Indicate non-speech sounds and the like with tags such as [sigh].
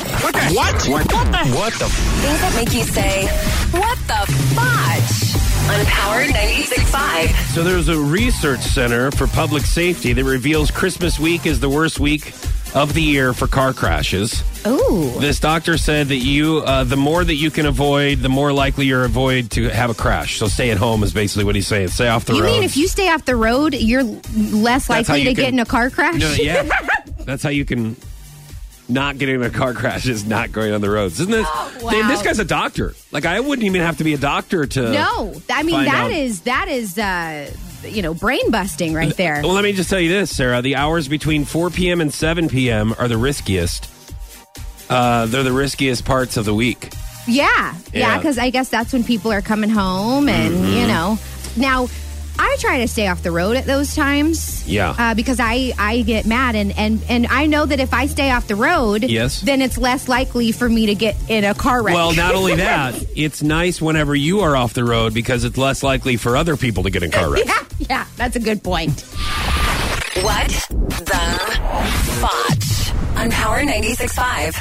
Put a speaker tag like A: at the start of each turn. A: What? What? What the? What the? F-
B: Things that make you say, what the fudge? On Power 96.5.
C: So there's a research center for public safety that reveals Christmas week is the worst week of the year for car crashes.
D: Ooh.
C: This doctor said that you, uh, the more that you can avoid, the more likely you're avoid to have a crash. So stay at home is basically what he's saying. Stay off the
D: You
C: road.
D: mean if you stay off the road, you're l- less
C: That's how
D: likely
C: you
D: to
C: can-
D: get in a car
C: [laughs]
D: crash?
C: No, yeah, that's how you can not get in a car crash is not going on the roads, isn't this?
D: Oh, wow.
C: Dave, this guy's a doctor. Like I wouldn't even have to be a doctor to.
D: [laughs] No. I mean
C: Find out.
D: that is that is uh, you know brain busting right there.
C: [laughs] Well, let me just tell you this, Sarah. The hours between 4 p.m. and 7 p.m. are the riskiest. Uh, they're the riskiest parts of the week.
D: Yeah,
C: Yeah.
D: yeah,
C: Mm-hmm.
D: because I guess that's when people are coming home, and you know, now I try to stay off the road at those times.
C: Yeah.
D: uh, because I I get mad, and and and I know that if I stay off the road,
C: Yes.
D: then it's less likely for me to get in a car wreck.
C: Well, not only that, it's nice whenever you are off the road because it's less likely for other people to get in car wrecks.
D: yeah, [laughs] yeah, that's a good point.
B: What the fudge? On Power 96.5.